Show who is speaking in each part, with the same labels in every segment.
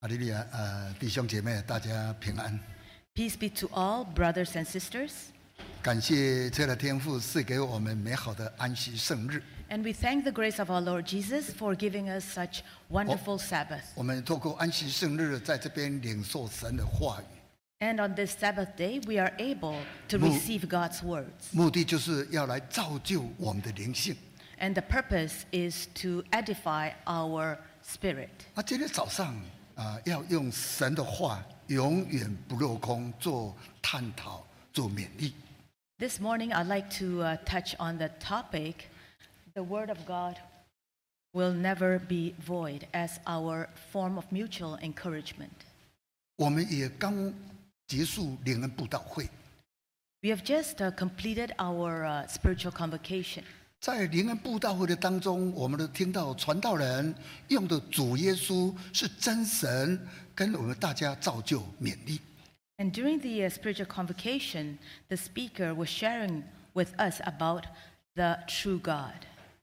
Speaker 1: 哈利利亚，呃，弟兄姐妹，大家平安！
Speaker 2: Peace be to all, brothers and sisters.
Speaker 1: 感谢这的天父赐给我们美好的安息圣日。
Speaker 2: And we thank the grace of our Lord Jesus for giving us such wonderful Sabbath.
Speaker 1: 我们透过安息圣日，在这边领受神的话语，
Speaker 2: And on this Sabbath day, we are able to
Speaker 1: Mu-
Speaker 2: receive God's words.
Speaker 1: 目的就是要来造就我们的灵性。
Speaker 2: And the purpose is to edify our spirit.
Speaker 1: 那今天早上啊、呃要用神的话永远不落空，做探讨，做勉励。
Speaker 2: This morning, I'd like to uh, touch on the topic the Word of God will never be void as our form of mutual encouragement.
Speaker 1: 我们也刚结束灵恩布道会，
Speaker 2: We have just uh, completed our uh, spiritual convocation.
Speaker 1: 在灵恩布道会的当中，我们都听到传道人用的主耶稣是真神，跟我们大家造就勉励。
Speaker 2: And during the uh, spiritual convocation, the speaker was sharing with us about the true God,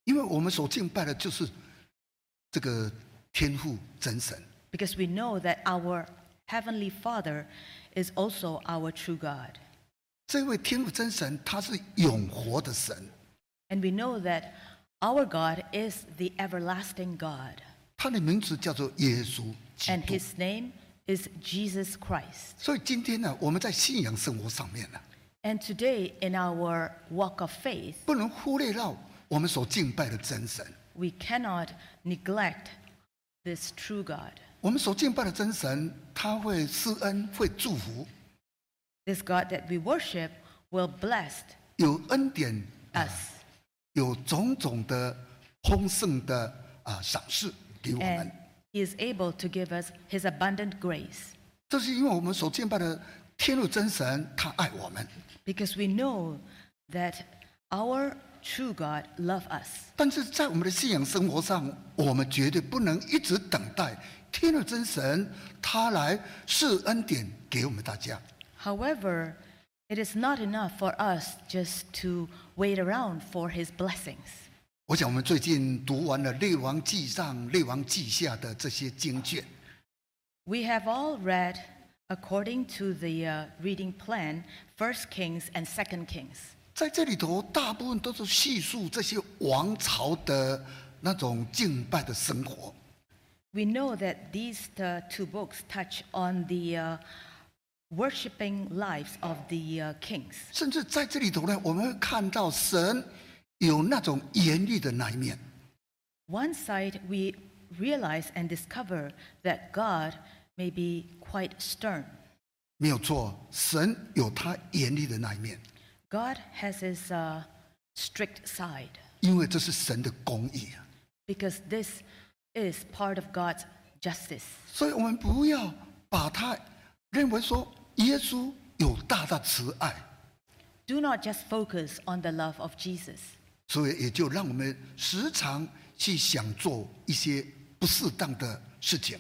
Speaker 1: 因为我们所敬拜的就是这个天父真神，
Speaker 2: because we know that our Heavenly Father is also our true God.
Speaker 1: 这位天父真神他是永活的神，
Speaker 2: And we know that our God is the everlasting God,
Speaker 1: 他的名字叫做耶稣基
Speaker 2: and
Speaker 1: 督。
Speaker 2: His name is Jesus Christ.
Speaker 1: 所以今天呢，我们在信仰生活上面呢，
Speaker 2: And today, in our walk of faith,
Speaker 1: 不能忽略到我们所敬拜的真神。
Speaker 2: we cannot neglect this true God.
Speaker 1: 我们所敬拜的真神，他会施恩，会祝福，
Speaker 2: This God that we worship will bless
Speaker 1: 有恩典
Speaker 2: us.
Speaker 1: 有种种的丰盛的啊赏赐给我
Speaker 2: and
Speaker 1: 们。
Speaker 2: he is able to give us his abundant grace
Speaker 1: 这是因为我们所敬拜的天路真神，他爱我们。
Speaker 2: because we know that our true God loves us.
Speaker 1: 但是在我们的信仰生活上，我们绝对不能一直等待天路真神他来赐恩典给我们大家。
Speaker 2: However, it is not enough for us just to wait around for his blessings.
Speaker 1: 我想我们最近读完了《列王纪上》《列王纪下》的这些经卷，
Speaker 2: We have all read, according to the uh, reading plan, 1 Kings and 2 Kings.
Speaker 1: 在这里头大部分都是叙述这些王朝的那种敬拜的生活。
Speaker 2: We know that these uh, two books touch on the uh, worshiping lives of the uh, kings.
Speaker 1: 甚至在这里头呢，我们会看到神有那种严厉的那一面。
Speaker 2: One side, we realize and discover that God may be quite stern.
Speaker 1: 没有错，神有他严厉的那一面，
Speaker 2: God has his uh, strict side
Speaker 1: 因为这是神的公义啊。
Speaker 2: because this is part of God's justice.
Speaker 1: 所以我们不要把他认为说耶稣有大大慈爱，
Speaker 2: Do not just focus on the love of Jesus.
Speaker 1: 所以也就让我们时常去想做一些不适当的事情。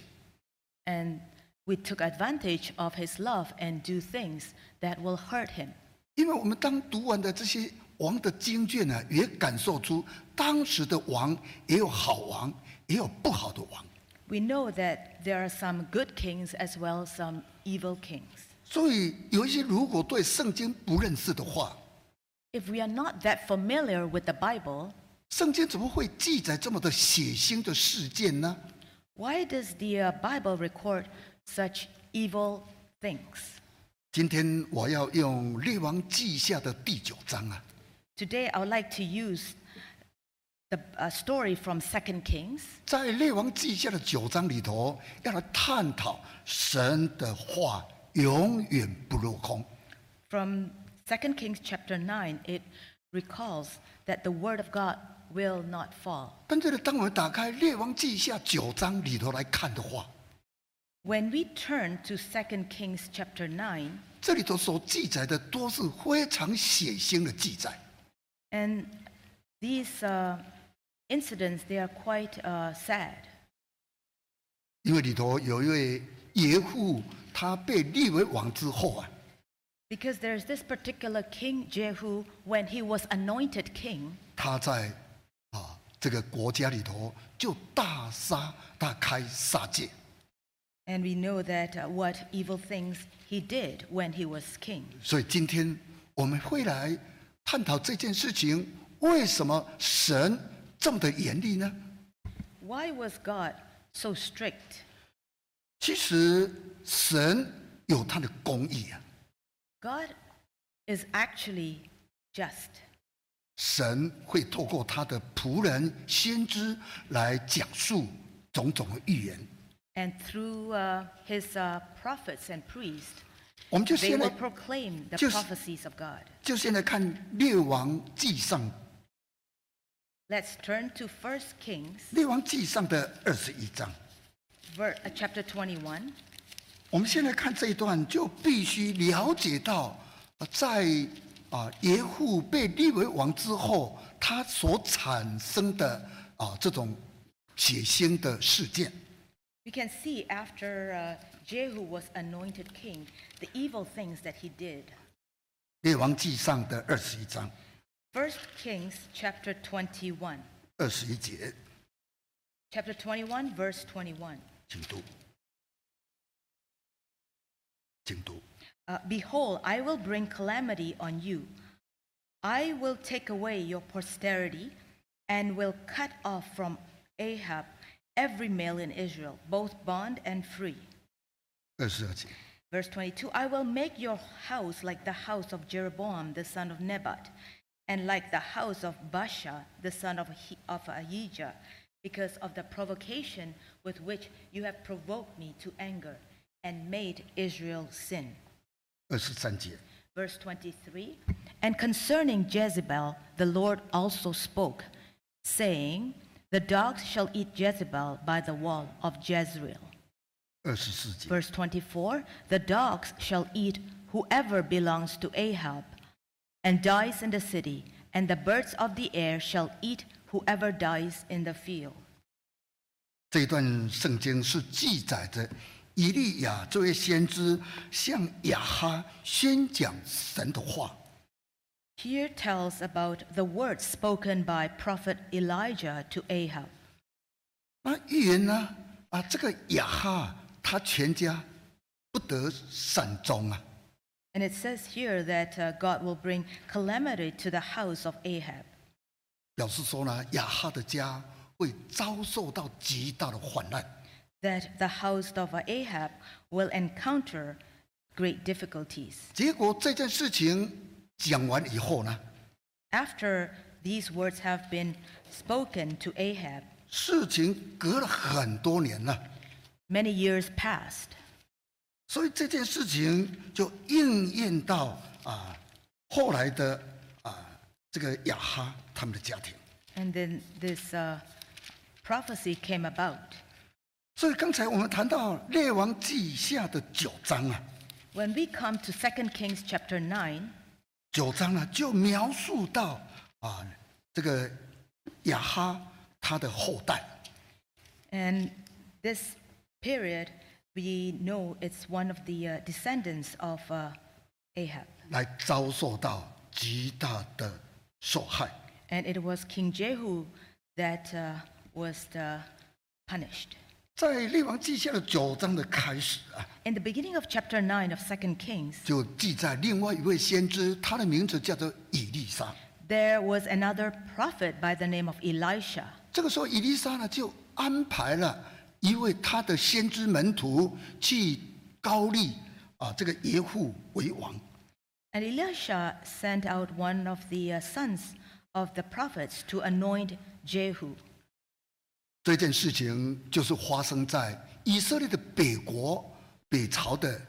Speaker 2: And we took advantage of his love and do things that will hurt him.
Speaker 1: 因为我们当读完的这些王的经卷呢，也感受出当时的王也有好王，也有不好的王。
Speaker 2: We know that there are some good kings as well as some evil kings.
Speaker 1: 所以有一些如果对圣经不认识的话，
Speaker 2: If we are not that familiar with the Bible,
Speaker 1: 圣经怎么会记载这么的血腥的事件呢？
Speaker 2: Why does the uh, Bible record such evil things?
Speaker 1: 今天我要用《列王记下》的第九章啊，
Speaker 2: Today, I would like to use the uh, story from 2 Kings.
Speaker 1: 在《列王记下》的九章里头，要来探讨神的话永远不落空。
Speaker 2: From 2 Kings chapter 9, it recalls that the word of God will not fall.
Speaker 1: 但这里当我们打开《列王记下》九章里头来看的话，
Speaker 2: When we turn to 2 Kings chapter 9,
Speaker 1: 这里头所记载的都是非常血腥的记载。
Speaker 2: and these uh, incidents, they are quite uh, sad.
Speaker 1: 因为里头有一位耶户，他被立为王之后啊，
Speaker 2: Because there's this particular king, Jehu, when he was anointed king,
Speaker 1: 他在啊这个国家里头就大杀，他开杀戒。
Speaker 2: And we know that uh, what evil things he did when he was king.
Speaker 1: 所以今天我们会来探讨这件事情，为什么神这么的严厉呢？
Speaker 2: Why was God so strict?
Speaker 1: 其实神有他的公义啊，
Speaker 2: God is actually just.
Speaker 1: 神会透过他的仆人先知来讲述种种的预言。
Speaker 2: And through uh, his uh, prophets and priests,
Speaker 1: 我们就
Speaker 2: they
Speaker 1: 先来
Speaker 2: will，proclaim the
Speaker 1: just-
Speaker 2: prophecies of God.
Speaker 1: 就先来看列王记上，
Speaker 2: Let's turn to 1 Kings,
Speaker 1: 列王记上的二十一章。
Speaker 2: ver- uh, chapter 21.
Speaker 1: 我们现在看这一段，就必须了解到，呃在啊耶户被立为王之后，他所产生的啊这种血腥的事件。
Speaker 2: We can see after uh, Jehu was anointed king, the evil things that he did.
Speaker 1: 列王记上的二十一章
Speaker 2: 1 Kings chapter 21.
Speaker 1: 二十一节，
Speaker 2: Chapter 21, verse 21.
Speaker 1: 请读，请读。
Speaker 2: Uh, Behold, I will bring calamity on you. I will take away your posterity and will cut off from Ahab every male in Israel, both bond and free.
Speaker 1: 二十二节，
Speaker 2: Verse 22 I will make your house like the house of Jeroboam the son of Nebat, and like the house of Baasha the son of, He- of Ahijah, because of the provocation with which you have provoked me to anger and made Israel sin.
Speaker 1: 二十三节，
Speaker 2: Verse 23 And concerning Jezebel, the Lord also spoke, saying, The dogs shall eat Jezebel by the wall of Jezreel.
Speaker 1: 二十四节，
Speaker 2: Verse 24 The dogs shall eat whoever belongs to Ahab and dies in the city, and the birds of the air shall eat whoever dies in the field.
Speaker 1: 这一段圣经是记载着以利亚这位先知向亚哈宣讲神的话。
Speaker 2: Here tells about the words spoken by prophet Elijah to Ahab.
Speaker 1: 那预言呢？啊，这个亚哈他全家不得善终啊！
Speaker 2: And it says here that uh, God will bring calamity to the house of Ahab.
Speaker 1: 表示说呢，亚哈的家会遭受到极大的患难。
Speaker 2: that the house of Ahab will encounter great difficulties.
Speaker 1: 结果这件事情讲完以后呢，
Speaker 2: After these words have been spoken to Ahab,
Speaker 1: 事情隔了很多年了，
Speaker 2: many years passed.
Speaker 1: 所以这件事情就应验到啊后来的啊这个亚哈他们的家庭。
Speaker 2: And then this uh, prophecy came about.
Speaker 1: 所以刚才我们谈到列王记下的九章啊，
Speaker 2: When we come to 2 Kings chapter 9,
Speaker 1: 九章呢，就描述到啊，这个亚哈他的后代，
Speaker 2: and this period, we know it's one of the uh, descendants of uh, Ahab.
Speaker 1: 来遭受到极大的受害。
Speaker 2: And it was King Jehu that uh, was uh, punished.
Speaker 1: 在列王记下的九章的开始啊，
Speaker 2: In the beginning of chapter 9 of 2 Kings,
Speaker 1: 就记载另外一位先知，他的名字叫做以利沙。
Speaker 2: there was another prophet by the name of Elisha.
Speaker 1: 这个时候，以利沙呢就安排了一位他的先知门徒去高丽啊，这个耶户为王。
Speaker 2: And Elisha sent out one of the uh, sons of the prophets to anoint Jehu.
Speaker 1: 这件事情就是发生在以色列的北国北朝的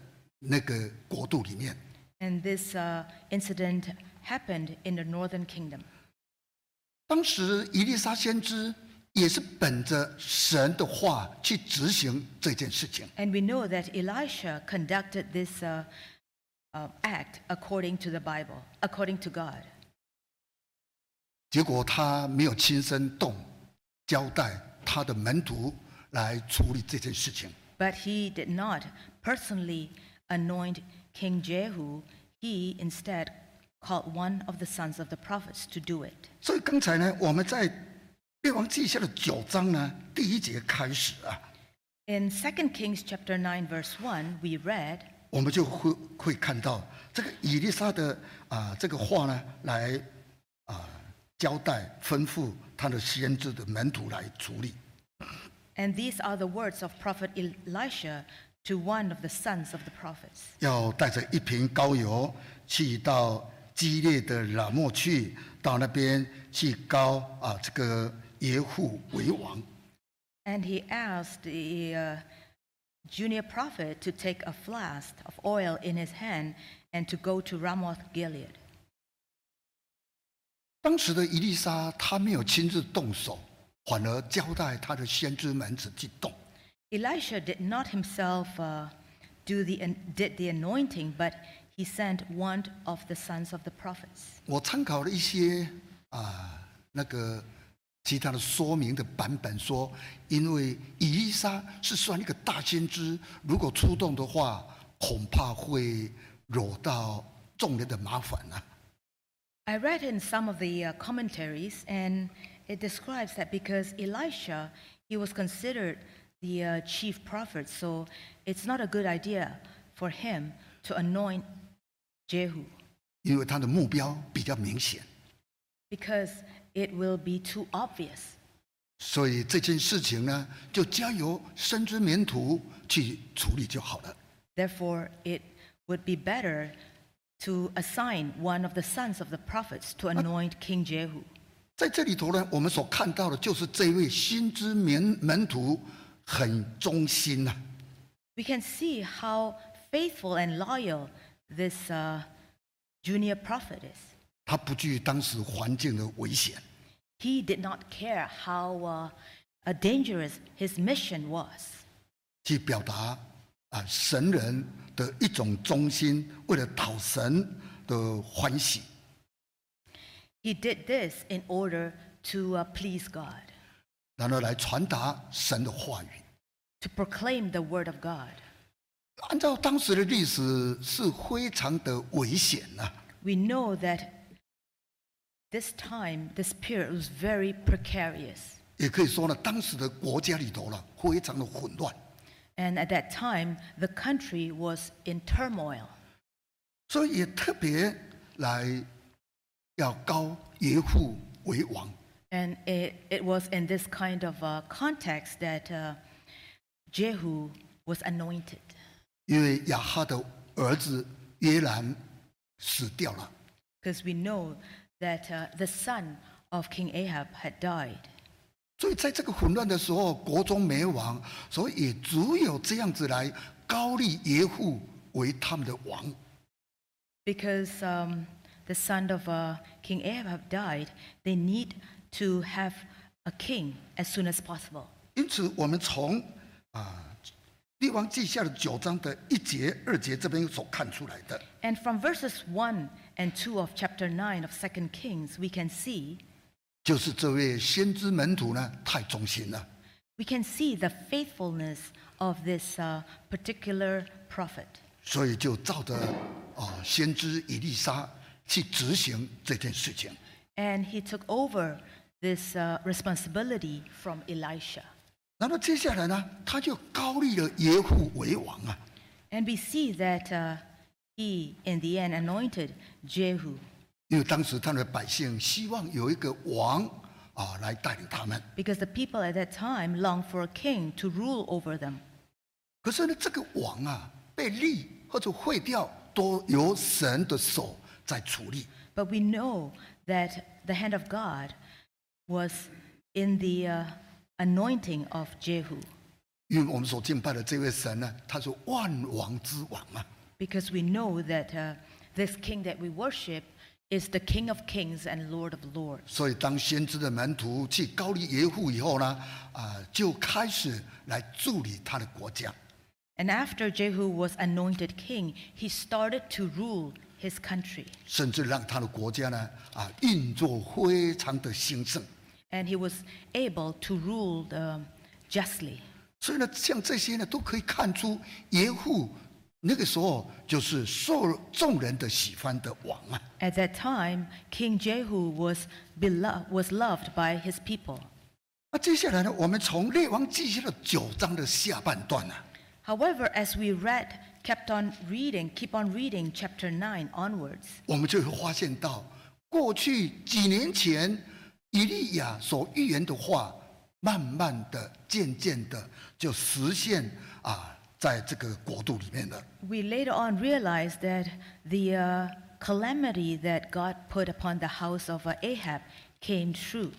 Speaker 1: 那个国度里面。
Speaker 2: And this uh, incident happened in the northern kingdom.
Speaker 1: 当时以利沙先知也是本着神的话去执行这件事情，
Speaker 2: And we know that Elisha conducted this uh, uh, act according to the Bible, according to God.
Speaker 1: 结果他没有亲身动交代他的门徒来处理这件事情，
Speaker 2: But he did not personally anoint King Jehu. He instead called one of the sons of the prophets to do it.
Speaker 1: 所以刚才呢，我们在列王记下的九章呢第一节开始啊，
Speaker 2: In 2 Kings chapter 9 verse 1, we read,
Speaker 1: 我们就会会看到这个以利沙的啊、这个话呢，来啊、交代吩咐他的先知的门徒来处理。
Speaker 2: and these are the words of prophet Elisha to one of the sons of the prophets.
Speaker 1: 要带着一瓶膏油去到激烈的拉莫去，到那边去膏啊这个耶户为王。
Speaker 2: And he asked the uh, junior prophet to take a flask of oil in his hand and to go to Ramoth Gilead.
Speaker 1: 当时的伊丽莎她没有亲自动手，反而交代她的先知们子去动。
Speaker 2: Elisha did not himself uh, do the, did the anointing, but he sent one of the sons of the prophets.
Speaker 1: 我参考了一些啊那个其他的说明的版本说，因为以利沙是算一个大先知，如果出动的话，恐怕会惹到众人的麻烦啊。
Speaker 2: I read in some of the uh, commentaries, and it describes that because Elisha, he was considered the uh, chief prophet, so it's not a good idea for him to anoint Jehu
Speaker 1: 因为他的目标比较明显，
Speaker 2: because it will be too obvious.
Speaker 1: 所以这件事情呢，就交由深知民徒去处理就好了。
Speaker 2: Therefore, it would be better to assign one of the sons of the prophets to anoint King Jehu.
Speaker 1: 在这里头呢，我们所看到的就是这位新知民门徒很忠心呐、
Speaker 2: We can see how faithful and loyal this uh, junior prophet is.
Speaker 1: 他不惧当时环境的危险，
Speaker 2: He did not care how uh, uh, dangerous his mission was.
Speaker 1: 去表达啊神人的一种忠心，为了讨神的欢喜。
Speaker 2: He did this in order to uh, please God,
Speaker 1: 然后来传达神的话语。
Speaker 2: to proclaim the word of God.
Speaker 1: 按照当时的历史是非常的危险呐、
Speaker 2: We know that this time, this period was very precarious.
Speaker 1: 也可以说呢，当时的国家里头呢，非常的混乱，
Speaker 2: And at that time, the country was in turmoil.
Speaker 1: 所以也特别来要高耶户为王。
Speaker 2: And it, it was in this kind of uh, context that uh, Jehu was anointed
Speaker 1: 因为亚哈的儿子耶兰死掉了，
Speaker 2: because we know that uh, the son of King Ahab had died.
Speaker 1: 所以在这个混乱的时候，国中没王，所以也只有这样子来高立耶户为他们的王。
Speaker 2: Because um, the son of uh, King Ahab had died, they need to have a king as soon as possible.
Speaker 1: 因此，我们从啊《列王记下》的九章的一节、二节这边所看出来的，
Speaker 2: And from verses 1 and 2 of chapter 9 of 2 Kings, we can see
Speaker 1: 就是这位先知门徒呢太忠心了。
Speaker 2: we can see the faithfulness of this uh, particular prophet.
Speaker 1: 所以就照着啊先知以利沙去执行这件事情。
Speaker 2: And he took over this uh, responsibility from Elisha.
Speaker 1: 那么接下来呢，他就高立了耶户为王啊。
Speaker 2: And we see that uh, he, in the end, anointed Jehu
Speaker 1: 因为当时他们的百姓希望有一个王啊来带领他们，
Speaker 2: because the people at that time longed for a king to rule over them.
Speaker 1: 可是呢，这个王啊被立或者废掉，都由神的手在处理。
Speaker 2: But we know that the hand of God was in the uh, anointing of Jehu
Speaker 1: 因为我们所敬拜的这位神呢，他是万王之王啊，
Speaker 2: because we know that uh, this king that we worship is the King of kings and Lord of lords.
Speaker 1: 所以当先知的门徒去高丽耶户以后呢，啊，就开始来助理他的国家。
Speaker 2: And after Jehu was anointed king, he started to rule his country.
Speaker 1: 甚至让他的国家呢啊运作非常的兴盛。
Speaker 2: And he was able to rule um, justly.
Speaker 1: 所以呢，像这些呢，都可以看出耶户那个时候就是受众人的喜欢的王啊。
Speaker 2: At that time, King Jehu was, beloved, was loved by his people.
Speaker 1: 那接下来呢，我们从列王记下的九章的下半段啊呢、
Speaker 2: However, as we read, kept on reading, keep on reading chapter 9 onwards,
Speaker 1: 我们就会发现到，过去几年前以利亚所预言的话，慢慢的、渐渐的就实现啊，在这个国度里面了。
Speaker 2: we later on realized that the uh, calamity that God put upon the house of uh, Ahab came true.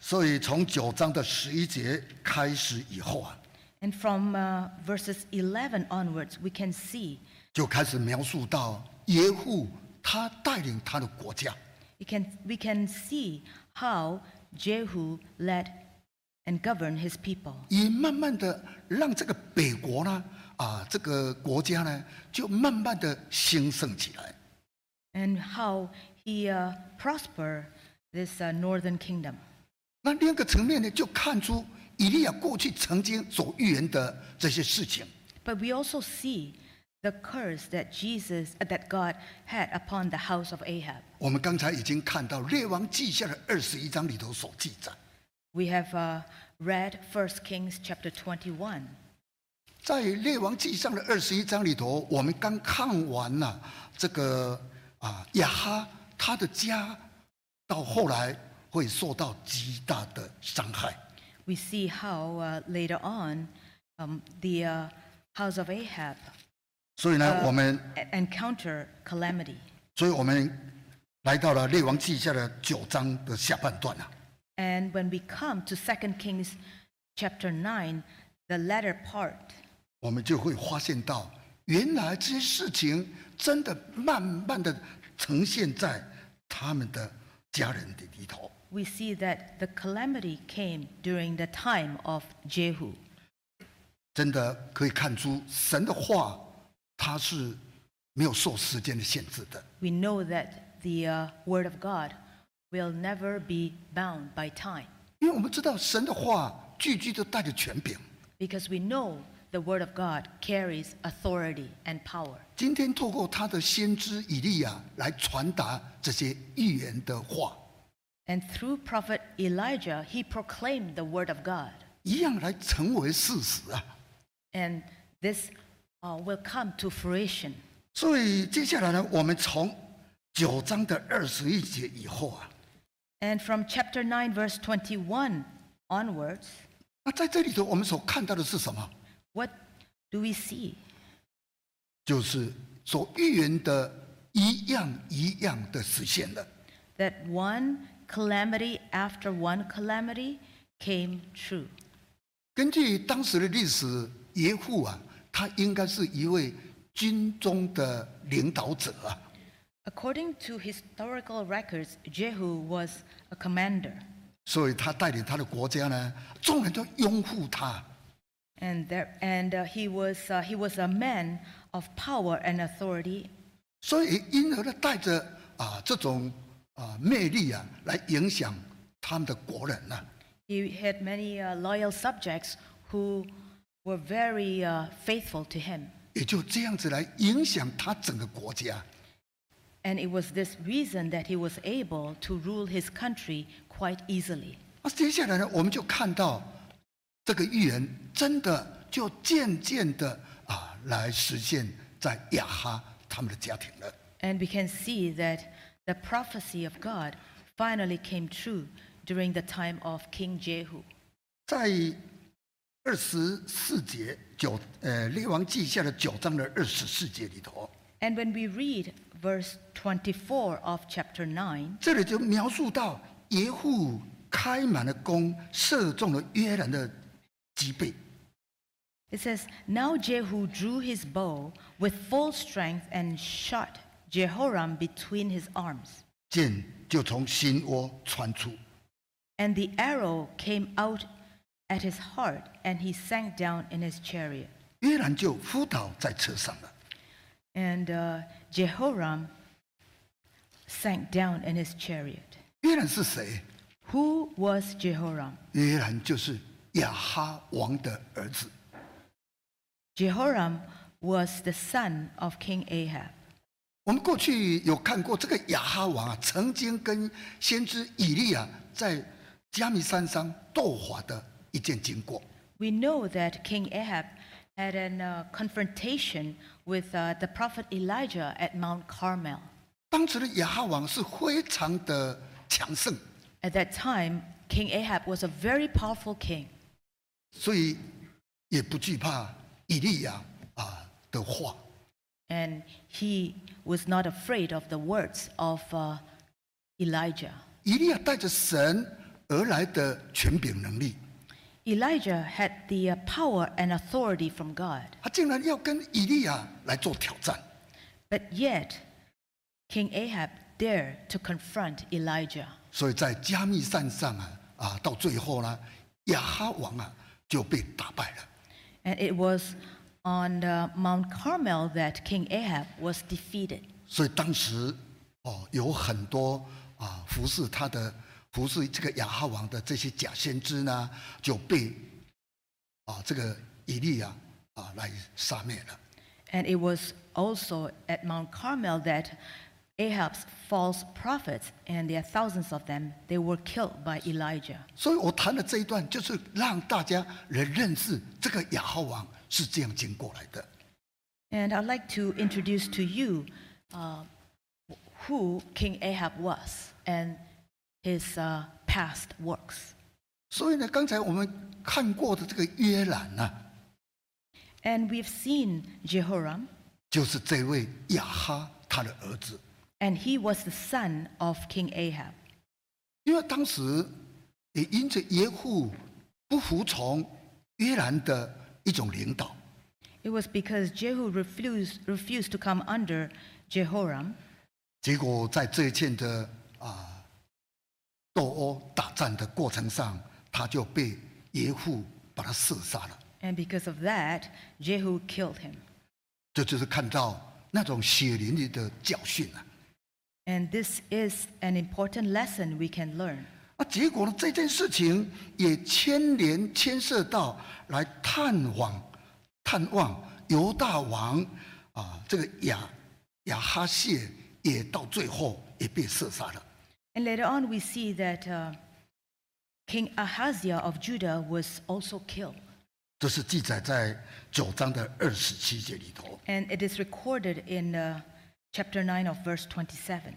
Speaker 1: 所以从九章的十一节开始以后啊，
Speaker 2: And from uh, verses 11 onwards, we can see,
Speaker 1: 就开始描述到耶户他带领他的国家，
Speaker 2: we can, we can see how Jehu led and governed his people.
Speaker 1: 也慢慢的让这个北国呢，啊，这个国家呢，就慢慢的兴盛起来。
Speaker 2: and how he uh, prosper this uh, northern kingdom.
Speaker 1: 那另一个层面呢，就看出以利亚过去曾经所预言的这些事情。
Speaker 2: But we also see the curse that Jesus, uh, that God had upon the house of Ahab.
Speaker 1: 我们刚才已经看到《列王记下》的二十一章里头所记载，
Speaker 2: We have uh, read 1 Kings chapter 21.
Speaker 1: 在《列王记上》的二十一章里头，我们刚看完了、这个啊亚哈他的家，到后来会受到极大的伤害。
Speaker 2: We see how uh, later on um, the uh, house of Ahab
Speaker 1: 所以呢，我们
Speaker 2: e- encounter calamity.
Speaker 1: 所以我们来到了《列王记下》的九章的下半段啊。
Speaker 2: And when we come to 2 Kings chapter 9, the latter part,
Speaker 1: 我们就会发现到，原来这些事情真的慢慢的呈现在他们的家人的里头。
Speaker 2: we see that the calamity came during the time of Jehu.
Speaker 1: 真的可以看出，神的话它是没有受时间的限制的。
Speaker 2: We know that the uh, word of God will never be bound by time
Speaker 1: 因为我们知道神的话句句都带着权柄。
Speaker 2: because we know the word of God carries authority and power.
Speaker 1: 今天透过他的先知以利亚来传达这些预言的话，
Speaker 2: And through prophet Elijah, he proclaimed the word of God.
Speaker 1: 一样来成为事实啊。
Speaker 2: And this uh, will come to fruition.
Speaker 1: 所以接下来呢，我们从九章的二十一节以后啊，
Speaker 2: And from chapter 9, verse 21 onwards,
Speaker 1: 那在这里头，我们所看到的是什么？
Speaker 2: what do we see?
Speaker 1: 就是所预言的一样一样的实现了。
Speaker 2: that one calamity after one calamity came true.
Speaker 1: 根据当时的历史，耶户啊，他应该是一位军中的领导者啊。
Speaker 2: According to historical records, Jehu was a commander,
Speaker 1: 所以他带领他的国家呢，众人都拥护他。
Speaker 2: and, there, and uh, he, was, uh, he was a man of power and authority,
Speaker 1: 所以因而呢，带着啊这种啊魅力啊，来影响他们的国人啊呐、
Speaker 2: he had many uh, loyal subjects who were very uh, faithful to him.
Speaker 1: 也就这样子来影响他整个国家。
Speaker 2: And it was this reason that he was able to rule his country quite easily.
Speaker 1: 那接下来呢，我们就看到这个预言真的就渐渐的啊来实现在亚哈他们的家庭了。
Speaker 2: And we can see that the prophecy of God finally came true during the time of King Jehu.
Speaker 1: 在二十四节九呃列王记下的九章的二十四节里头，
Speaker 2: And when we read verse 24 of chapter 9,
Speaker 1: 这里就描述到耶户开满了弓，射中了约兰的脊背。
Speaker 2: it says, Now Jehu drew his bow with full strength and shot Jehoram between his arms.
Speaker 1: 箭就从心窝穿出，
Speaker 2: And the arrow came out at his heart, and he sank down in his chariot.
Speaker 1: 约兰就扑倒在车上了。
Speaker 2: And uh, Jehoram sank down in his chariot.
Speaker 1: 约兰是谁？
Speaker 2: Who was Jehoram?
Speaker 1: 约兰就是亚哈王的儿子。
Speaker 2: Jehoram was the son of King Ahab.
Speaker 1: 我们过去有看过这个亚哈王啊，曾经跟先知以利亚在加米山上斗法的一件经过。
Speaker 2: We know that King Ahab had a uh, confrontation with uh, the prophet Elijah at Mount Carmel.
Speaker 1: 当时的亚哈王是非常的强盛，
Speaker 2: At that time, King Ahab was a very powerful king,
Speaker 1: 所以也不惧怕以利亚啊的话。
Speaker 2: and he was not afraid of the words of uh, Elijah.
Speaker 1: 以利亚带着神而来的权柄能力，
Speaker 2: Elijah had the uh, power and authority from God,
Speaker 1: 他竟然要跟以利亚来做挑战。
Speaker 2: but yet, King Ahab dared to confront Elijah.
Speaker 1: 所以在加密山上啊啊，到最后呢，亚哈王啊就被打败了。
Speaker 2: And it was on uh, Mount Carmel that King Ahab was defeated.
Speaker 1: 所以当时哦，有很多啊服侍他的、服侍这个亚哈王的这些假先知呢，就被啊这个以利亚啊来杀灭了。
Speaker 2: And it was also at Mount Carmel that Ahab's false prophets, and there are thousands of them, they were killed by Elijah.
Speaker 1: 所以我谈的这一段，就是让大家来认识这个亚哈王是这样经过来的。
Speaker 2: And I'd like to introduce to you uh, who King Ahab was and his uh, past works.
Speaker 1: 所以呢，刚才我们看过的这个约兰啊呢、
Speaker 2: And we've seen Jehoram,
Speaker 1: 就是这位亚哈他的儿子，
Speaker 2: and he was the son of King Ahab.
Speaker 1: 因为当时也因着耶户不服从约兰的一种领导，
Speaker 2: It was because Jehu refused, refused to come under Jehoram,
Speaker 1: 结果在这一件的啊斗殴打战的过程上，他就被耶户把他射杀了。
Speaker 2: and because of that, Jehu killed him.
Speaker 1: 这就是看到那种血淋淋的教训啊！
Speaker 2: And this is an important lesson we can learn.
Speaker 1: 啊，结果呢，这件事情也牵连牵涉到来探望探望犹大王啊，这个亚亚哈谢也到最后也被射杀了。
Speaker 2: And later on, we see that uh, King Ahaziah of Judah was also killed.
Speaker 1: 这是记载在九章的二十七节里头。
Speaker 2: And it is recorded in uh, chapter 9 of verse 27.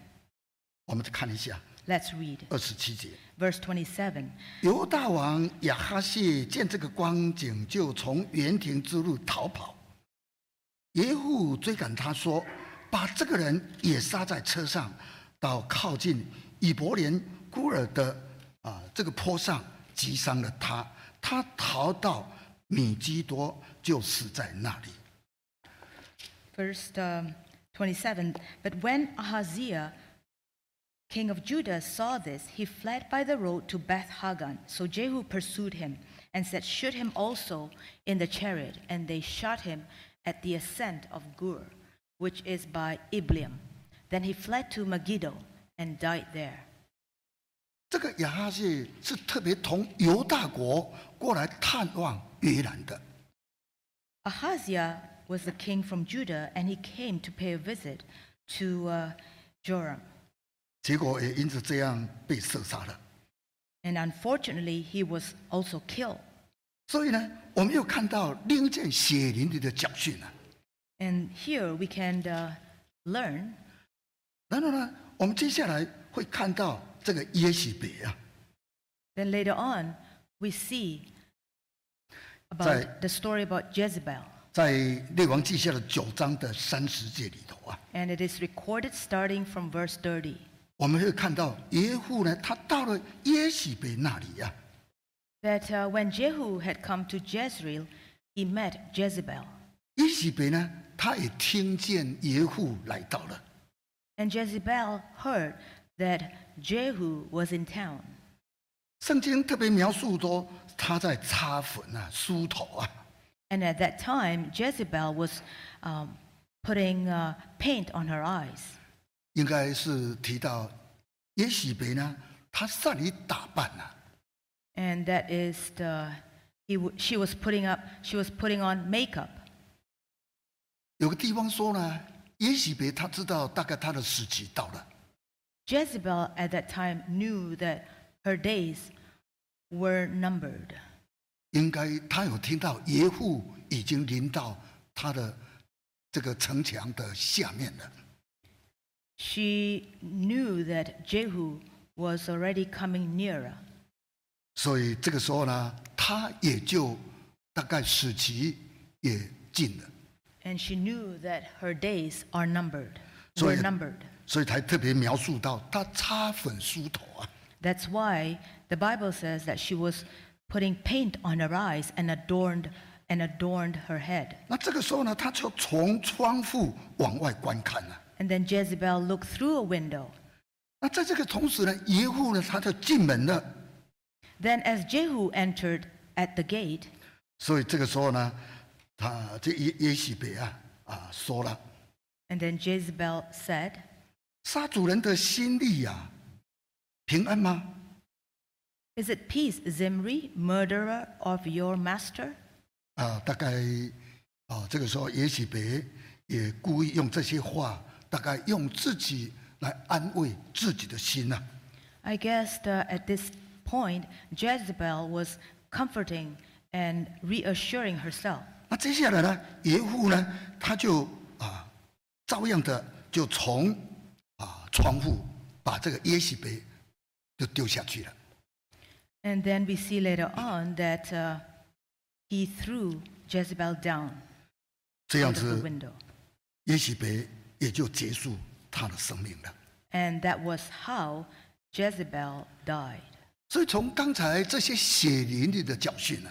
Speaker 1: 我们看一下
Speaker 2: Let's read
Speaker 1: 二十七节。
Speaker 2: verse 27.
Speaker 1: 犹大王亚哈谢见这个光景，就从园亭之路逃跑。耶户追赶他说：“把这个人也杀在车上，到靠近以伯莲孤儿的啊、这个坡上，击伤了他。他逃到米基多，就死在那里。
Speaker 2: Verse um, 27. But when Ahaziah, king of Judah, saw this, he fled by the road to Beth Hagan. So Jehu pursued him and said, Shoot him also in the chariot. And they shot him at the ascent of Gur, which is by Ibleam. Then he fled to Megiddo and died there. ”
Speaker 1: 这个亚哈谢是特别从犹大国过来探望约兰的。
Speaker 2: Ahaziah was the king from Judah, and he came to pay a visit to uh, Joram.
Speaker 1: 结果也因此这样被射杀了。
Speaker 2: And unfortunately, he was also killed.
Speaker 1: 所以呢，我们又看到另一件血淋淋的教训啊。
Speaker 2: And here we can uh, learn.
Speaker 1: 然后呢，我们接下来会看到这个耶喜别啊，
Speaker 2: Then later on, we see about
Speaker 1: Sorry.
Speaker 2: the story about Jezebel.
Speaker 1: 在列王记下的九章的三十节里头啊，
Speaker 2: And it is recorded starting from verse 30.
Speaker 1: 我们会看到耶户呢，他到了耶喜别那里啊，
Speaker 2: That uh, when Jehu had come to Jezreel, he met Jezebel.
Speaker 1: 耶喜别呢，他也听见耶户来到了，
Speaker 2: And Jezebel heard that Jehu was in town.
Speaker 1: 圣经特别描述说他在擦粉啊、梳头啊，
Speaker 2: And at that time, Jezebel was um, putting uh, paint on her eyes.
Speaker 1: 应该是提到耶喜别呢，他善于打扮啊。
Speaker 2: And that is the, he w- she was putting up, she was putting on makeup.
Speaker 1: 有个地方说呢，耶喜别他知道大概他的时期到了，
Speaker 2: Jezebel at that time knew that her days were numbered.
Speaker 1: 应该他有听到耶户已经临到他的这个城墙的下面了。
Speaker 2: She knew that Jehu was already coming nearer.
Speaker 1: 所以这个时候呢，他也就大概死期也近了，
Speaker 2: And she knew that her days are numbered,
Speaker 1: So
Speaker 2: were
Speaker 1: it-
Speaker 2: numbered.
Speaker 1: 所以才特别描述到他擦粉梳头啊，
Speaker 2: That's why the Bible says that she was putting paint on her eyes and adorned and adorned her head.
Speaker 1: 那这个时候呢，他就从窗户往外观看了、
Speaker 2: And then Jezebel looked through a window.
Speaker 1: 那在这个同时呢，耶户呢他就进门了，
Speaker 2: Then as Jehu entered at the gate,
Speaker 1: 所以这个时候呢，他这耶耶喜别啊啊说了，
Speaker 2: and then Jezebel said,
Speaker 1: 杀主人的心力呀、平安吗？
Speaker 2: Is it peace, Zimri, murderer of your master?
Speaker 1: 啊，大概啊，这个时候也许别也故意用这些话，大概用自己来安慰自己的心啊呐、
Speaker 2: I guessed uh, at this point, Jezebel was comforting and reassuring herself.
Speaker 1: 那接下来呢，耶户呢，他就啊，照样的就从啊窗户把这个耶许别就丢下去了。
Speaker 2: And then we see later on that uh, he threw Jezebel down
Speaker 1: 这样
Speaker 2: out of the
Speaker 1: 子，
Speaker 2: window.
Speaker 1: 耶许别也就结束他的生命了。
Speaker 2: And that was how Jezebel died.
Speaker 1: 所以从刚才这些血淋淋的教训呢、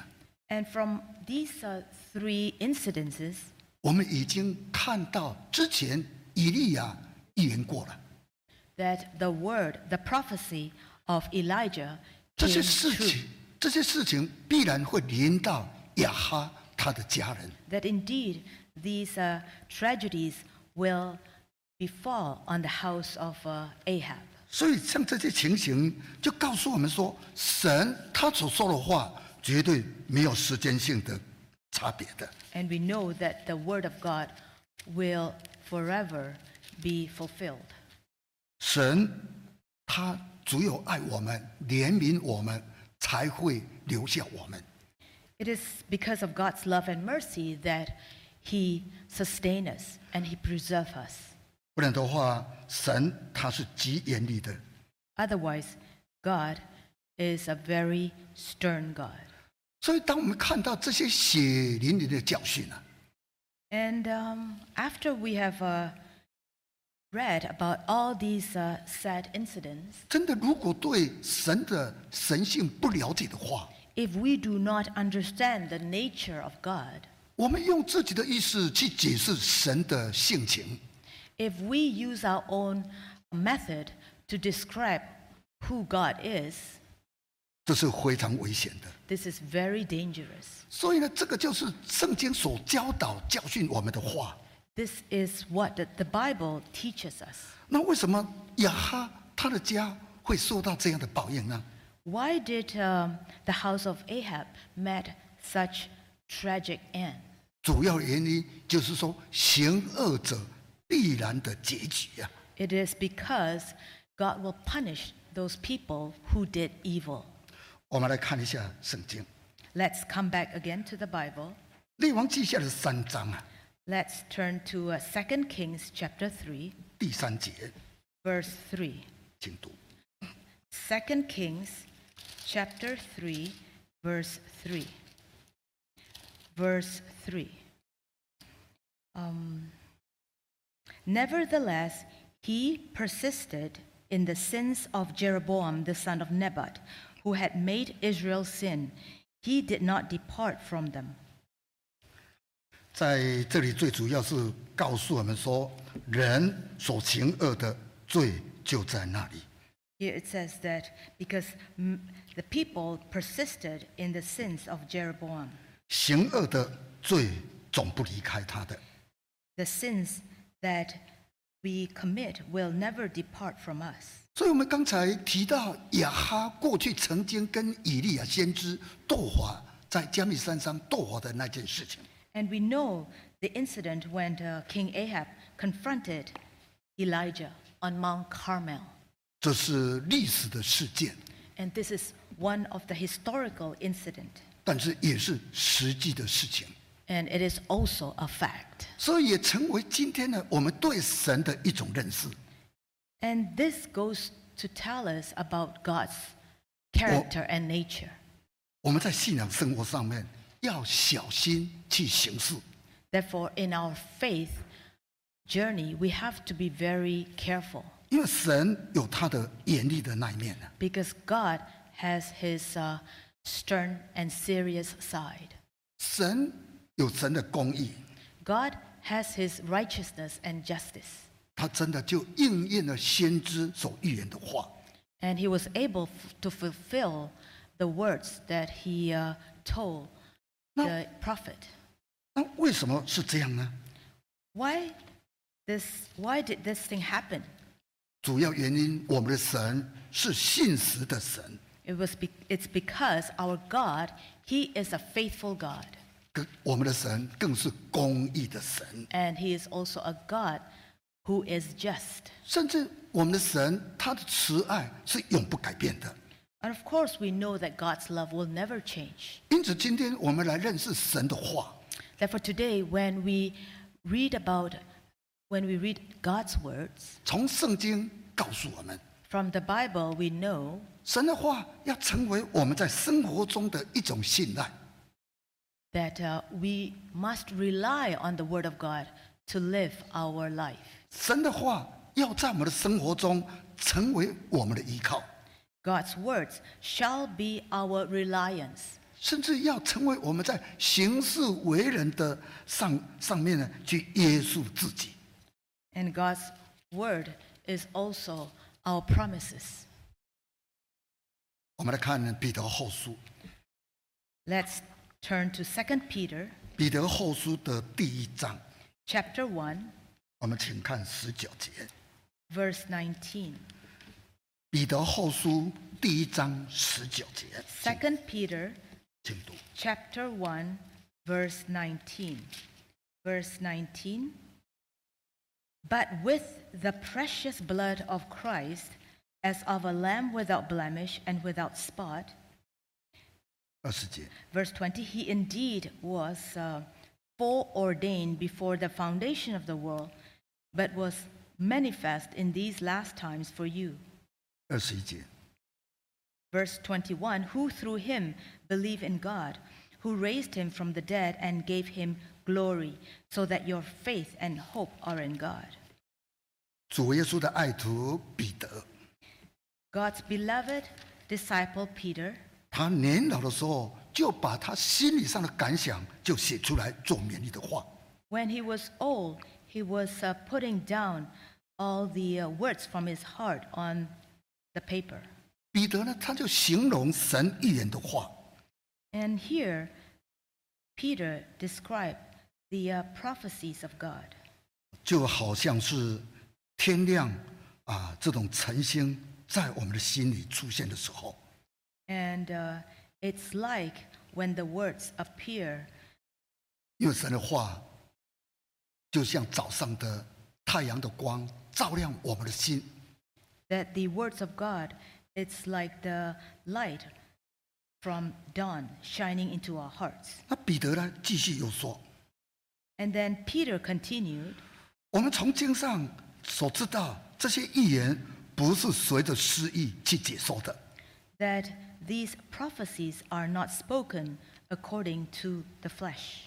Speaker 2: And from these uh, three incidences,
Speaker 1: 我们已经看到之前以利亚预言过了。
Speaker 2: that the word, the prophecy of Elijah
Speaker 1: 这些
Speaker 2: came
Speaker 1: 事
Speaker 2: true.
Speaker 1: 情，这些事情必然会临到亚哈他的家人，
Speaker 2: That indeed these uh, tragedies will befall on the house of uh, Ahab.
Speaker 1: 所以像这些情形，就告诉我们说，神他所说的话绝对没有时间性的差别的。
Speaker 2: And we know that the word of God will forever be fulfilled.
Speaker 1: 神他只有爱我们、怜悯我们，才会留下我们。
Speaker 2: It is because of God's love and mercy that He sustain us and He preserve us.
Speaker 1: 不然的话，神他是极严厉的。
Speaker 2: Otherwise, God is a very stern God.
Speaker 1: 所以，当我们看到这些血淋淋的教训啊，
Speaker 2: And um, after we have uh, read about all these uh, sad incidents,
Speaker 1: 真的，如果对神的神性不了解的话，
Speaker 2: if we do not understand the nature of God,
Speaker 1: 我们用自己的意识去解释神的性情，
Speaker 2: if we use our own method to describe who God is,
Speaker 1: 这是非常危险的。
Speaker 2: this is very dangerous.
Speaker 1: 所以呢，这个就是圣经所教导、教训我们的话。
Speaker 2: This is what the- the Bible teaches us.
Speaker 1: 那为什么亚哈他的家会受到这样的报应呢？
Speaker 2: Why did um, the house of Ahab met such tragic end?
Speaker 1: 主要原因就是说，行恶者必然的结局啊。
Speaker 2: It is because God will punish those people who did evil.
Speaker 1: 我们来看一下圣经《
Speaker 2: Let's come back again to the Bible.
Speaker 1: 列王记下》的三章啊，
Speaker 2: Let's turn to uh, 2 Kings chapter 3,
Speaker 1: 第三节，
Speaker 2: verse 3.
Speaker 1: 请读。
Speaker 2: 2 Kings chapter 3, verse 3. Verse 3. Um, Nevertheless, he persisted in the sins of Jeroboam the son of Nebat, who had made Israel sin. He did not depart from them.
Speaker 1: 在这里最主要是告诉我们说，人所行恶的罪就在那里。
Speaker 2: Here it says that because mm, the people persisted in the sins of Jeroboam,
Speaker 1: 行恶的罪总不离开他的。
Speaker 2: the sins that we commit will never depart from us.
Speaker 1: 所以我们刚才提到亚哈过去曾经跟以利亚先知斗法，在加密山上斗法的那件事情。
Speaker 2: And we know the incident when uh, King Ahab confronted Elijah on Mount Carmel.
Speaker 1: 这是历史的事件，
Speaker 2: And this is one of the historical incident,
Speaker 1: 但是也是实际的事情，
Speaker 2: and it is also a fact.
Speaker 1: 所以也成为今天呢我们对神的一种认识。
Speaker 2: And this goes to tell us about God's character and nature.
Speaker 1: 我们在信仰生活上面要小心去行事，
Speaker 2: Therefore, in our faith journey, we have to be very careful
Speaker 1: 因为神有他的严厉的那一面呢。啊
Speaker 2: because God has his uh, stern and serious side.
Speaker 1: 神有神的公义，
Speaker 2: God has his righteousness and justice.
Speaker 1: 他真的就应验了先知所预言的话。
Speaker 2: And he was able f- to fulfill the words that he uh, told
Speaker 1: No.
Speaker 2: the prophet.
Speaker 1: 那为什么是这样呢？
Speaker 2: Why, this, why did this thing happen?
Speaker 1: 主要原因，我们的神是信实的神，
Speaker 2: It was be, it's because our God, He is a faithful God,
Speaker 1: 跟我们的神更是公义的神。
Speaker 2: and He is also a God who is just.
Speaker 1: 甚至我们的神，他的慈爱是永不改变的。
Speaker 2: And of course, we know that God's love will never change.
Speaker 1: 因此，今天我们来认识神的话，
Speaker 2: Therefore, today, when we read about, when we read God's words
Speaker 1: 从圣经告诉我们，
Speaker 2: from the Bible, we know
Speaker 1: 神的话要成为我们在生活中的一种信赖。
Speaker 2: that uh, we must rely on the Word of God to live our life.
Speaker 1: 神的话要在我们的生活中成为我们的依靠，
Speaker 2: God's words shall be our reliance.
Speaker 1: 甚至要成为我们在行事为人的上上面呢去约束自己。
Speaker 2: And God's word is also our promises.
Speaker 1: 我们来看彼得后书，
Speaker 2: Let's turn to 2 Peter
Speaker 1: 彼得后书的第一章，
Speaker 2: chapter 1,
Speaker 1: 我们请看十九节。
Speaker 2: verse 19.
Speaker 1: 彼得后书第一章十九节，请
Speaker 2: 2 Peter
Speaker 1: 请读。
Speaker 2: chapter 1, verse 19. Verse 19. But with the precious blood of Christ, as of a lamb without blemish and without spot,
Speaker 1: 二十节，
Speaker 2: Verse 20, he indeed was uh, foreordained before the foundation of the world, but was manifest in these last times for you.
Speaker 1: 二十一节，
Speaker 2: Verse 21, who through him believe in God, who raised him from the dead and gave him glory, so that your faith and hope are in God.
Speaker 1: 主耶稣的爱徒彼得，
Speaker 2: God's beloved disciple Peter,
Speaker 1: 他年老的时候就把他心理上的感想就写出来做勉励的话。
Speaker 2: when he was old, he was uh, putting down all the uh, words from his heart on the paper.
Speaker 1: 彼得呢，他就形容神预言的话，
Speaker 2: And here, Peter described the uh, prophecies of God.
Speaker 1: 就好像是天亮啊这种晨星在我们的心里出现的时候，
Speaker 2: And uh, it's like when the words appear,
Speaker 1: 因为神的话就像早上的太阳的光照亮我们的心，
Speaker 2: that the words of God, it's like the light from dawn shining into our hearts.
Speaker 1: 那彼得呢，继续又说：“
Speaker 2: And then Peter continued,
Speaker 1: 我们从经上所知道，这些预言不是随着诗意去解说的，
Speaker 2: that these prophecies are not spoken according to the flesh.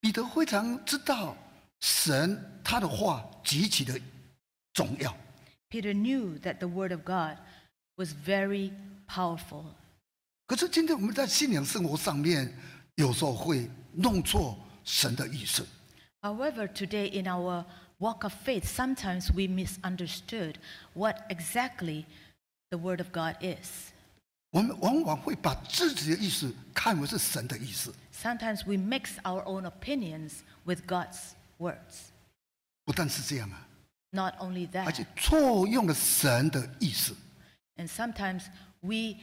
Speaker 1: 彼得非常知道神他的话极其的重要，
Speaker 2: Peter knew that the word of God was very powerful
Speaker 1: 可是今天我们在信仰生活上面，有时候会弄错神的意思。
Speaker 2: However, today in our walk of faith, sometimes we misunderstood what exactly the Word of God is.
Speaker 1: 我们往往会把自己的意思看为是神的意思，
Speaker 2: Sometimes we mix our own opinions with God's words.
Speaker 1: 不但是这样啊，
Speaker 2: Not only
Speaker 1: 而且
Speaker 2: that,
Speaker 1: 错用了神的意思。
Speaker 2: and sometimes we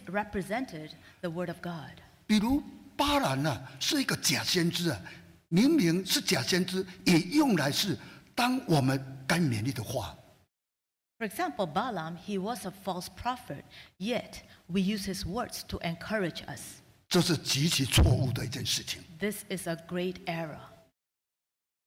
Speaker 2: misrepresented the Word of God.
Speaker 1: 比如巴兰呢、是一个假先知啊，明明是假先知，也用来是当我们该勉励的话。
Speaker 2: For example, Balaam, he was a false prophet, yet we use his words to encourage us.
Speaker 1: 这是极其错误的一件事情。
Speaker 2: This is a great error.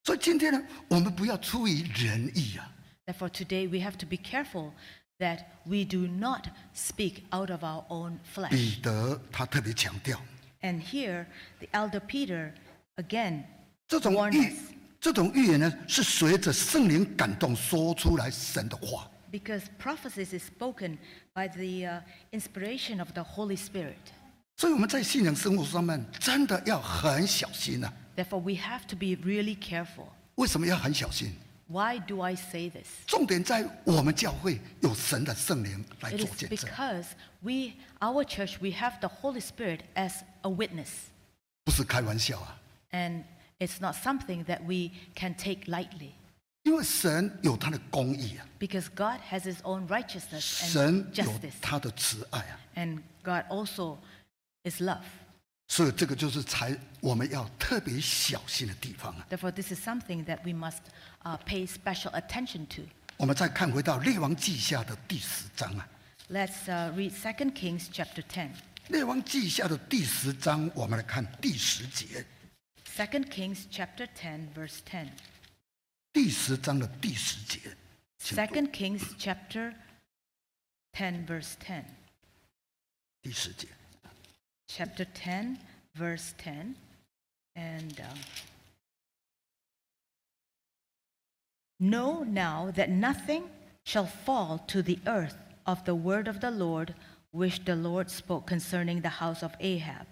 Speaker 1: 所以今天呢，我们不要出于仁义啊，
Speaker 2: Therefore, today we have to be careful that we do not speak out of our own flesh.
Speaker 1: 彼得他特别强调，
Speaker 2: And here, the elder Peter again
Speaker 1: 这种
Speaker 2: warned
Speaker 1: 预
Speaker 2: us
Speaker 1: 这种预言呢，是随着圣灵感动说出来神的话。
Speaker 2: because prophecies is spoken by the uh, inspiration of the Holy Spirit.
Speaker 1: 所以我们在信仰生活上面真的要很小心啊！
Speaker 2: Therefore, we have to be really careful.
Speaker 1: 为什么要很小心？
Speaker 2: Why do I say this?
Speaker 1: 重点在我们教会有神的圣灵来
Speaker 2: It
Speaker 1: 做
Speaker 2: is
Speaker 1: 见证，
Speaker 2: because we, our church, we have the Holy Spirit as a witness,
Speaker 1: 不是开玩笑啊！
Speaker 2: and it's not something that we can take lightly.
Speaker 1: 因为神有他的公义啊，
Speaker 2: Because God has His own righteousness
Speaker 1: 神
Speaker 2: and
Speaker 1: 有
Speaker 2: justice,
Speaker 1: 他的慈爱啊，
Speaker 2: and God also is love.
Speaker 1: 所以这个就是才我们要特别小心的地方啊。
Speaker 2: Therefore, this is something that we must uh, pay special attention to.
Speaker 1: 我们再看回到《列王记下》的第十章啊，
Speaker 2: Let's uh, read 2 Kings chapter 10.
Speaker 1: 《列王记下》的第十章，我们来看第十节，
Speaker 2: 2 Kings chapter 10, verse 10.
Speaker 1: 第十章的第十节，请读
Speaker 2: 2 Kings chapter 10, verse 10.
Speaker 1: 第十节。
Speaker 2: Chapter 10, verse 10. And uh, know now that nothing shall fall to the earth of the word of the Lord which the Lord spoke concerning the house of Ahab.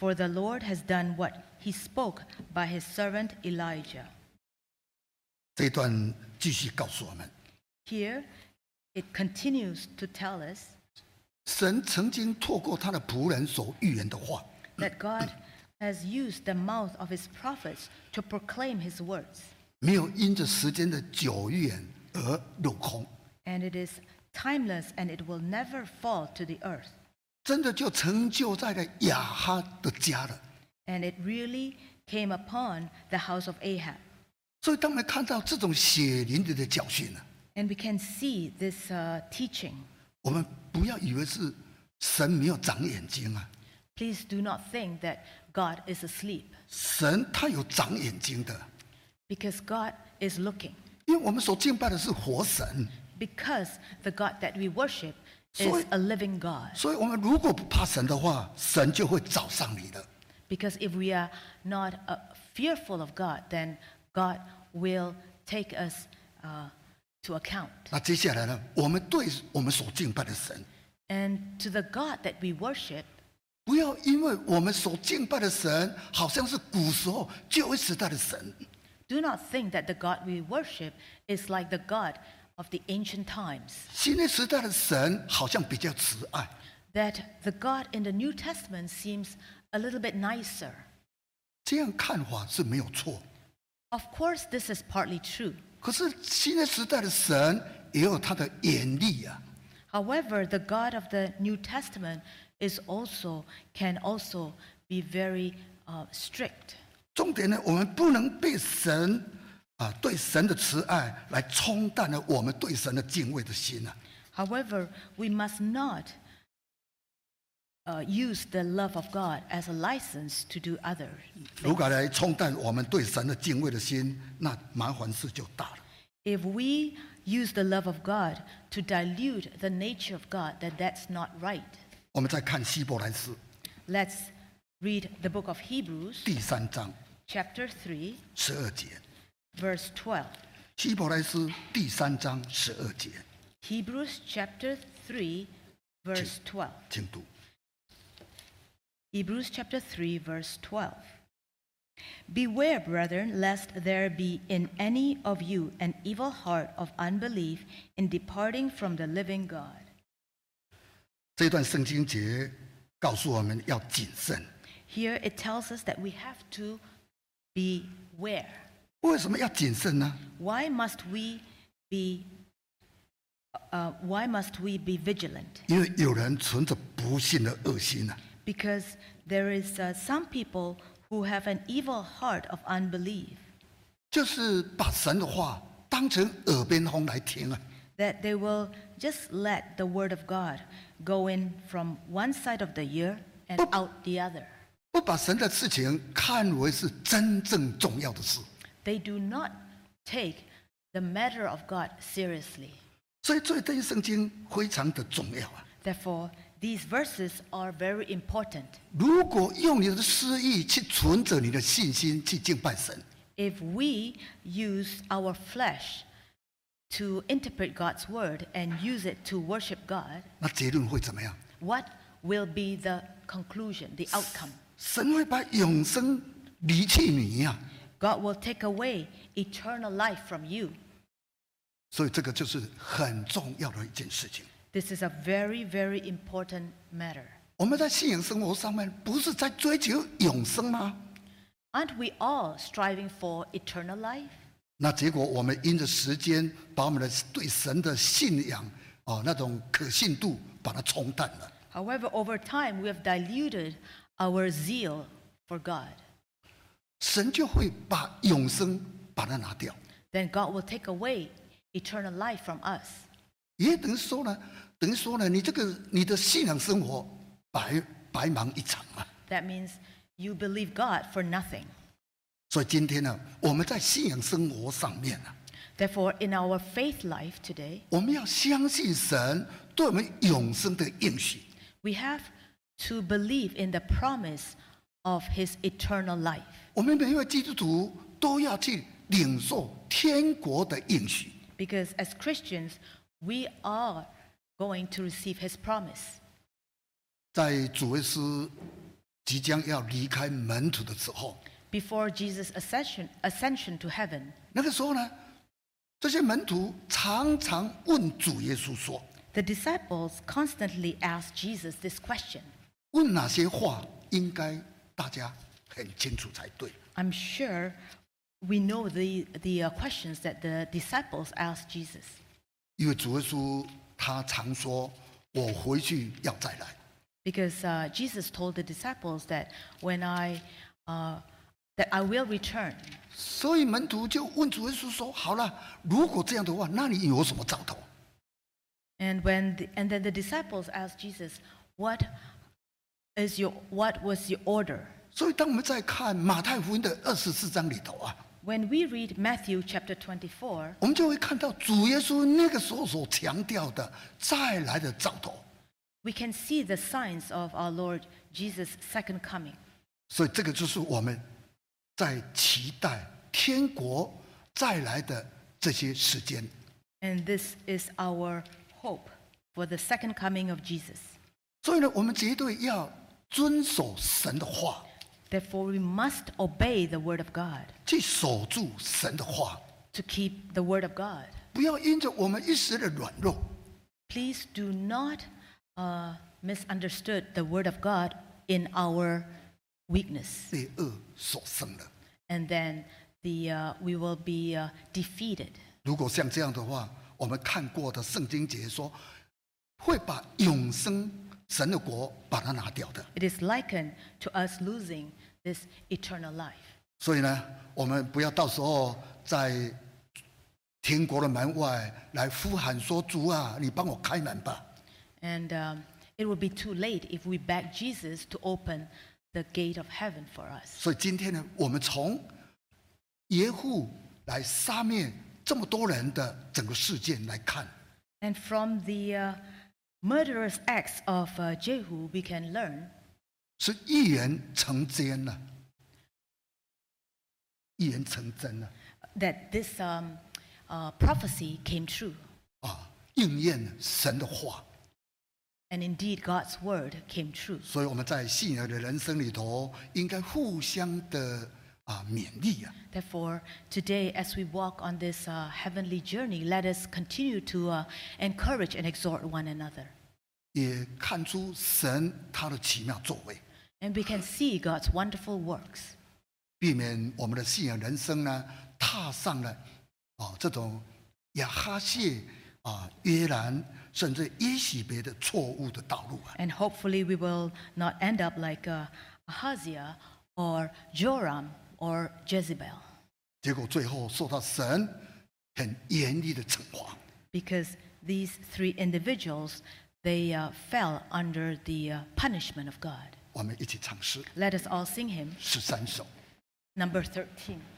Speaker 2: For the Lord has done what he spoke by his servant Elijah.
Speaker 1: 这一段继续告诉我们，
Speaker 2: Here, it continues to tell us
Speaker 1: 神曾经透过他的仆人所预言的话，
Speaker 2: that God has used the mouth of his prophets to proclaim his words,
Speaker 1: 没有因着时间的久远而落空，
Speaker 2: and it is timeless and it will never fall to the earth.
Speaker 1: 真的就成就在了亚哈的家了。
Speaker 2: And it really came upon the house of Ahab.
Speaker 1: 所以，当我们看到这种血淋淋的教训呢、啊
Speaker 2: And we can see this uh, teaching.
Speaker 1: 我们不要以为是神没有长眼睛啊，
Speaker 2: Please do not think that God is asleep,
Speaker 1: 神他有长眼睛的，
Speaker 2: because God is looking.
Speaker 1: 因为我们所敬拜的是活神，
Speaker 2: Because the God that we worship
Speaker 1: So
Speaker 2: is
Speaker 1: it-
Speaker 2: a living God.
Speaker 1: 所以我们如果不怕神的话，神就会找上你的。
Speaker 2: Because if we are not uh, fearful of God, then God will take us uh, to account.
Speaker 1: 那接下来呢，我们对我们所敬拜的神，
Speaker 2: And to the God that we worship,
Speaker 1: 不要因为我们所敬拜的神好像是古时候旧约时代的神，
Speaker 2: do not think that the God we worship is like the God of the ancient times.
Speaker 1: 新约时代的神好像比较慈爱。
Speaker 2: That the God in the New Testament seems a little bit nicer.
Speaker 1: 这样看法是没有错，
Speaker 2: Of course, this is partly true.
Speaker 1: 可是新约时代的神也有他的严厉啊。
Speaker 2: However, the God of the New Testament is also can also be very uh, strict.
Speaker 1: 重点呢，我们不能被神啊对神的慈爱来冲淡了我们对神的敬畏的心啊。
Speaker 2: However, we must not uh, use the love of God as a license to do others.
Speaker 1: 如果来冲淡我们对神的敬畏的心，那麻烦事就大了。
Speaker 2: If we use the love of God to dilute the nature of God, then that's not right.
Speaker 1: 我们再看希伯来斯
Speaker 2: Let's read the book of Hebrews,
Speaker 1: 第三章
Speaker 2: chapter 3,
Speaker 1: 十二节，
Speaker 2: verse 12.
Speaker 1: 希伯来斯第三章十二节，
Speaker 2: Hebrews chapter 3, verse 12.
Speaker 1: 请读。
Speaker 2: Hebrews chapter 3, verse 12. Beware, brethren, lest there be in any of you an evil heart of unbelief in departing from the living God.
Speaker 1: 这段圣经节告诉我们要谨慎。
Speaker 2: Here it tells us that we have to beware.
Speaker 1: 为什么要谨慎呢？
Speaker 2: Why must we be uh, why must we be vigilant?
Speaker 1: 因为有人存着不幸的恶心啊。
Speaker 2: Because there is uh, some people who have an evil heart of unbelief.
Speaker 1: 就是把神的话当成耳边风来听啊。
Speaker 2: that they will just let the word of God go in from one side of the ear and
Speaker 1: Boop.
Speaker 2: out the other.
Speaker 1: 不把神的事情看为是真正重要的事。
Speaker 2: They do not take the matter of God seriously.
Speaker 1: 所以，这一段圣经非常的重要啊！
Speaker 2: Therefore, these verses are very important.
Speaker 1: 如果用你的私意去存着你的信心去敬拜神，
Speaker 2: If we use our flesh to interpret God's word and use it to worship God,
Speaker 1: 那结论会怎么样？
Speaker 2: what will be the conclusion, the outcome?
Speaker 1: 神会把永生离弃你呀、
Speaker 2: God will take away eternal life from you.
Speaker 1: 所以，这个就是很重要的一件事情。
Speaker 2: This is a very, very important matter.
Speaker 1: 我们在信仰生活上面，不是在追求永生吗？
Speaker 2: Aren't we all striving for eternal life?
Speaker 1: 那结果，我们因着时间，把我们的对神的信仰啊、哦那种可信度，把它冲淡了。
Speaker 2: However, over time, we have diluted our zeal for God.
Speaker 1: 神就会把永生把它拿掉。
Speaker 2: Then God will take away eternal life from us.
Speaker 1: 也等于说呢，等于说呢，你这个你的信仰生活白白忙一场啊。
Speaker 2: That means you believe God for nothing.
Speaker 1: 所以今天呢，我们在信仰生活上面啊，
Speaker 2: Therefore, in our faith life today,
Speaker 1: 我们要相信神对我们永生的应许。
Speaker 2: we have to believe in the promise of His eternal life.
Speaker 1: 我们每一位基督徒都要去领受天国的应许。
Speaker 2: Because as Christians, we are going to receive his promise.
Speaker 1: 在主耶稣即将要离开门徒的时候，
Speaker 2: Before Jesus' ascension, ascension to heaven,
Speaker 1: 那个时候呢，这些门徒常常问主耶稣说
Speaker 2: the disciples constantly asked Jesus this question.：“
Speaker 1: 问哪些话应该大家很清楚才对。
Speaker 2: I'm sure we know the, the uh, questions that the disciples asked Jesus ”
Speaker 1: 因为主耶稣他常说：“我回去要再来。
Speaker 2: because uh, Jesus told the disciples that when I, uh, that I will return. ”
Speaker 1: 所以门徒就问主耶稣说：“好了，如果这样的话，那你有什么兆头？
Speaker 2: And when the, and then the disciples asked Jesus, what is your what was your order?
Speaker 1: 所以，当我们在看马太福音的二十四章里头啊，
Speaker 2: When we read Matthew chapter 24,
Speaker 1: 我们就会看到主耶稣那个时候所强调的再来的兆头。
Speaker 2: we can see the signs of our Lord Jesus' second coming.
Speaker 1: 所以，这个就是我们在期待天国再来的这些时间。
Speaker 2: And this is our hope for the second coming of Jesus.
Speaker 1: 所以呢，我们绝对要遵守神的话，
Speaker 2: Therefore, we must obey the word of God
Speaker 1: 去守住神的话，
Speaker 2: to keep the word of God.
Speaker 1: 不要因着我们一时的软弱，
Speaker 2: Please do not uh, misunderstood the word of God in our weakness.
Speaker 1: 被恶所生了。
Speaker 2: And then the, uh, we will be uh, defeated.
Speaker 1: 如果像这样的话，我们看过的圣经节说，会把永生神的国把它拿掉的。
Speaker 2: It is likened to us losing this eternal life.
Speaker 1: 所以呢，我们不要到时候在天国的门外来呼喊说：“主啊，你帮我开门吧
Speaker 2: And um, it will be too late if we beg Jesus to open the gate of heaven for！” us.
Speaker 1: 所以今天呢，我们从耶户来杀灭这么多人的整个事件来看，
Speaker 2: And from the uh, murderous acts of uh, Jehu, we can learn
Speaker 1: 是一言成真了，一言成真啊了。
Speaker 2: that this um, uh, prophecy came true.
Speaker 1: 啊，应验了神的话。
Speaker 2: And indeed, God's word came true.
Speaker 1: 所以我们在信仰的人生里头，应该互相的啊勉励啊。
Speaker 2: Therefore, today, as we walk on this uh, heavenly journey, let us continue to uh, encourage and exhort one another.
Speaker 1: 也看出神他的奇妙作为，
Speaker 2: And we can see God's wonderful works
Speaker 1: 避免我们的信仰人生呢踏上了啊这种亚哈谢啊约兰甚至耶洗别的错误的道路啊。
Speaker 2: And hopefully, we will not end up like uh, Ahaziah or Joram or Jezebel,
Speaker 1: 结果最后受到神很严厉的惩罚。
Speaker 2: because these three individuals they uh, fell under the uh, punishment of God.
Speaker 1: 我们一起唱诗
Speaker 2: Let us all sing him.
Speaker 1: 十三首。
Speaker 2: Number 13.